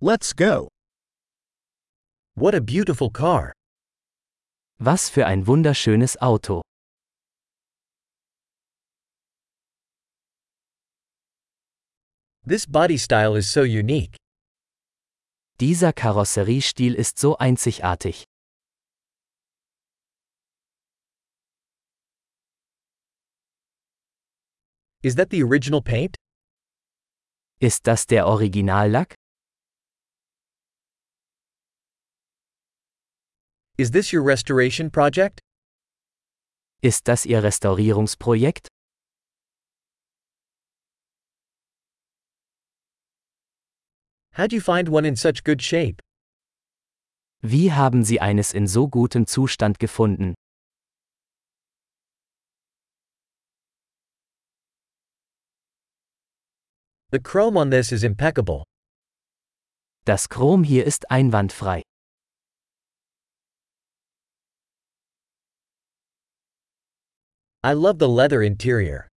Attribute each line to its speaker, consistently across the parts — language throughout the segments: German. Speaker 1: Let's go. What a beautiful car.
Speaker 2: Was für ein wunderschönes Auto.
Speaker 1: This body style is so unique.
Speaker 2: Dieser Karosseriestil ist so einzigartig.
Speaker 1: Is that the original paint?
Speaker 2: Ist das der Originallack?
Speaker 1: Is this your restoration project?
Speaker 2: Ist das Ihr Restaurierungsprojekt?
Speaker 1: How'd you find one in such good shape?
Speaker 2: Wie haben Sie eines in so gutem Zustand gefunden?
Speaker 1: The chrome on this is impeccable.
Speaker 2: Das Chrom hier ist einwandfrei.
Speaker 1: I love the leather interior.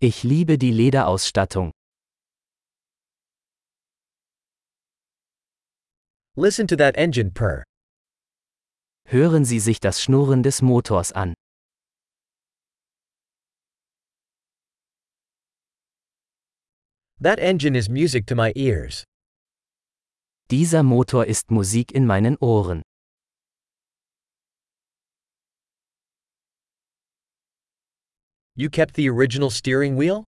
Speaker 2: Ich liebe die Lederausstattung.
Speaker 1: Listen to that engine purr.
Speaker 2: Hören Sie sich das Schnurren des Motors an.
Speaker 1: That engine is music to my ears.
Speaker 2: Dieser Motor ist Musik in meinen Ohren.
Speaker 1: You kept the original steering wheel?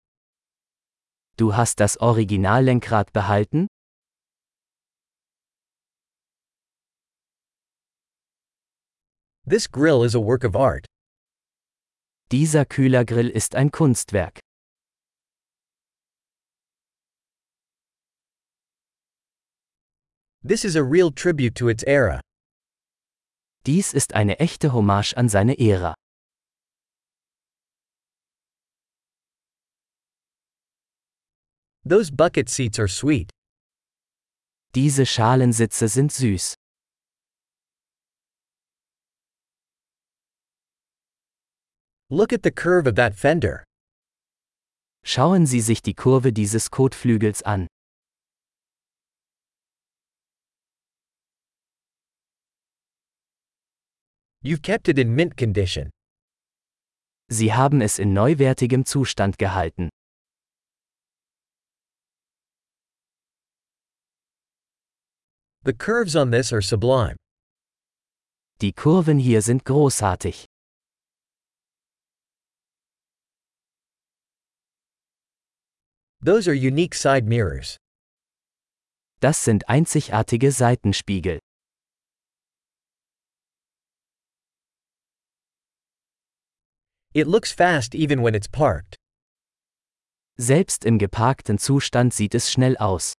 Speaker 2: Du hast das Originallenkrad behalten?
Speaker 1: This grill is a work of art.
Speaker 2: Dieser Kühlergrill ist ein Kunstwerk.
Speaker 1: This is a real tribute to its era.
Speaker 2: Dies ist eine echte Hommage an seine Ära.
Speaker 1: Those bucket seats are sweet.
Speaker 2: Diese Schalensitze sind süß.
Speaker 1: Look at the curve of that fender.
Speaker 2: Schauen Sie sich die Kurve dieses Kotflügels an.
Speaker 1: You've kept it in mint condition.
Speaker 2: Sie haben es in neuwertigem Zustand gehalten.
Speaker 1: The curves on this are sublime.
Speaker 2: Die Kurven hier sind großartig.
Speaker 1: Those are unique side mirrors.
Speaker 2: Das sind einzigartige Seitenspiegel.
Speaker 1: It looks fast even when it's parked.
Speaker 2: Selbst im geparkten Zustand sieht es schnell aus.